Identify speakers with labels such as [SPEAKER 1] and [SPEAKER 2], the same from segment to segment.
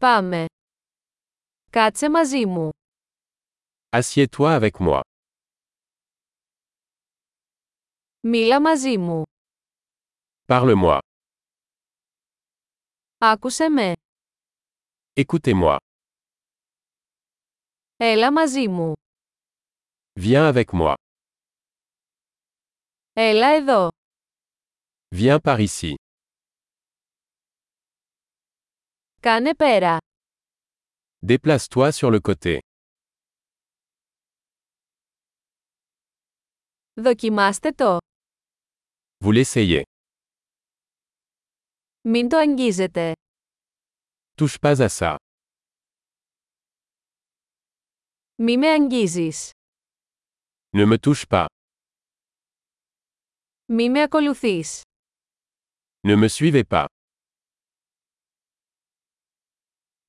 [SPEAKER 1] Πάμε. Κάτσε μαζί μου.
[SPEAKER 2] Assieds-toi avec moi.
[SPEAKER 1] Μίλα μαζί μου.
[SPEAKER 2] Parle-moi.
[SPEAKER 1] Άκουσε με.
[SPEAKER 2] Écoutez-moi.
[SPEAKER 1] Έλα μαζί μου.
[SPEAKER 2] Viens avec moi.
[SPEAKER 1] Έλα εδώ.
[SPEAKER 2] Viens par ici.
[SPEAKER 1] Κάνε πέρα.
[SPEAKER 2] Déplace-toi sur le côté.
[SPEAKER 1] Δοκιμάστε το.
[SPEAKER 2] Vous l'essayez.
[SPEAKER 1] Μην το αγγίζετε.
[SPEAKER 2] Touche pas à ça.
[SPEAKER 1] Μη με αγγίζεις.
[SPEAKER 2] Ne me touche pas.
[SPEAKER 1] Μη με ακολουθείς.
[SPEAKER 2] Ne me suivez pas.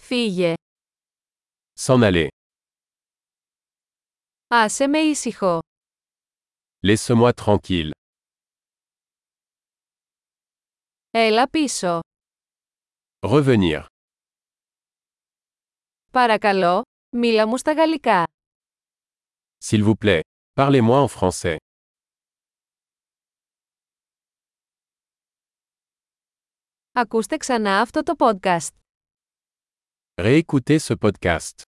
[SPEAKER 1] Φύγε.
[SPEAKER 2] S'en aller.
[SPEAKER 1] Άσε με ήσυχο.
[SPEAKER 2] Laisse-moi tranquille.
[SPEAKER 1] Έλα πίσω.
[SPEAKER 2] Revenir.
[SPEAKER 1] Παρακαλώ, μίλα μου στα γαλλικά.
[SPEAKER 2] S'il vous plaît. Parlez-moi en français.
[SPEAKER 1] Ακούστε ξανά αυτό το podcast.
[SPEAKER 2] Réécoutez ce podcast.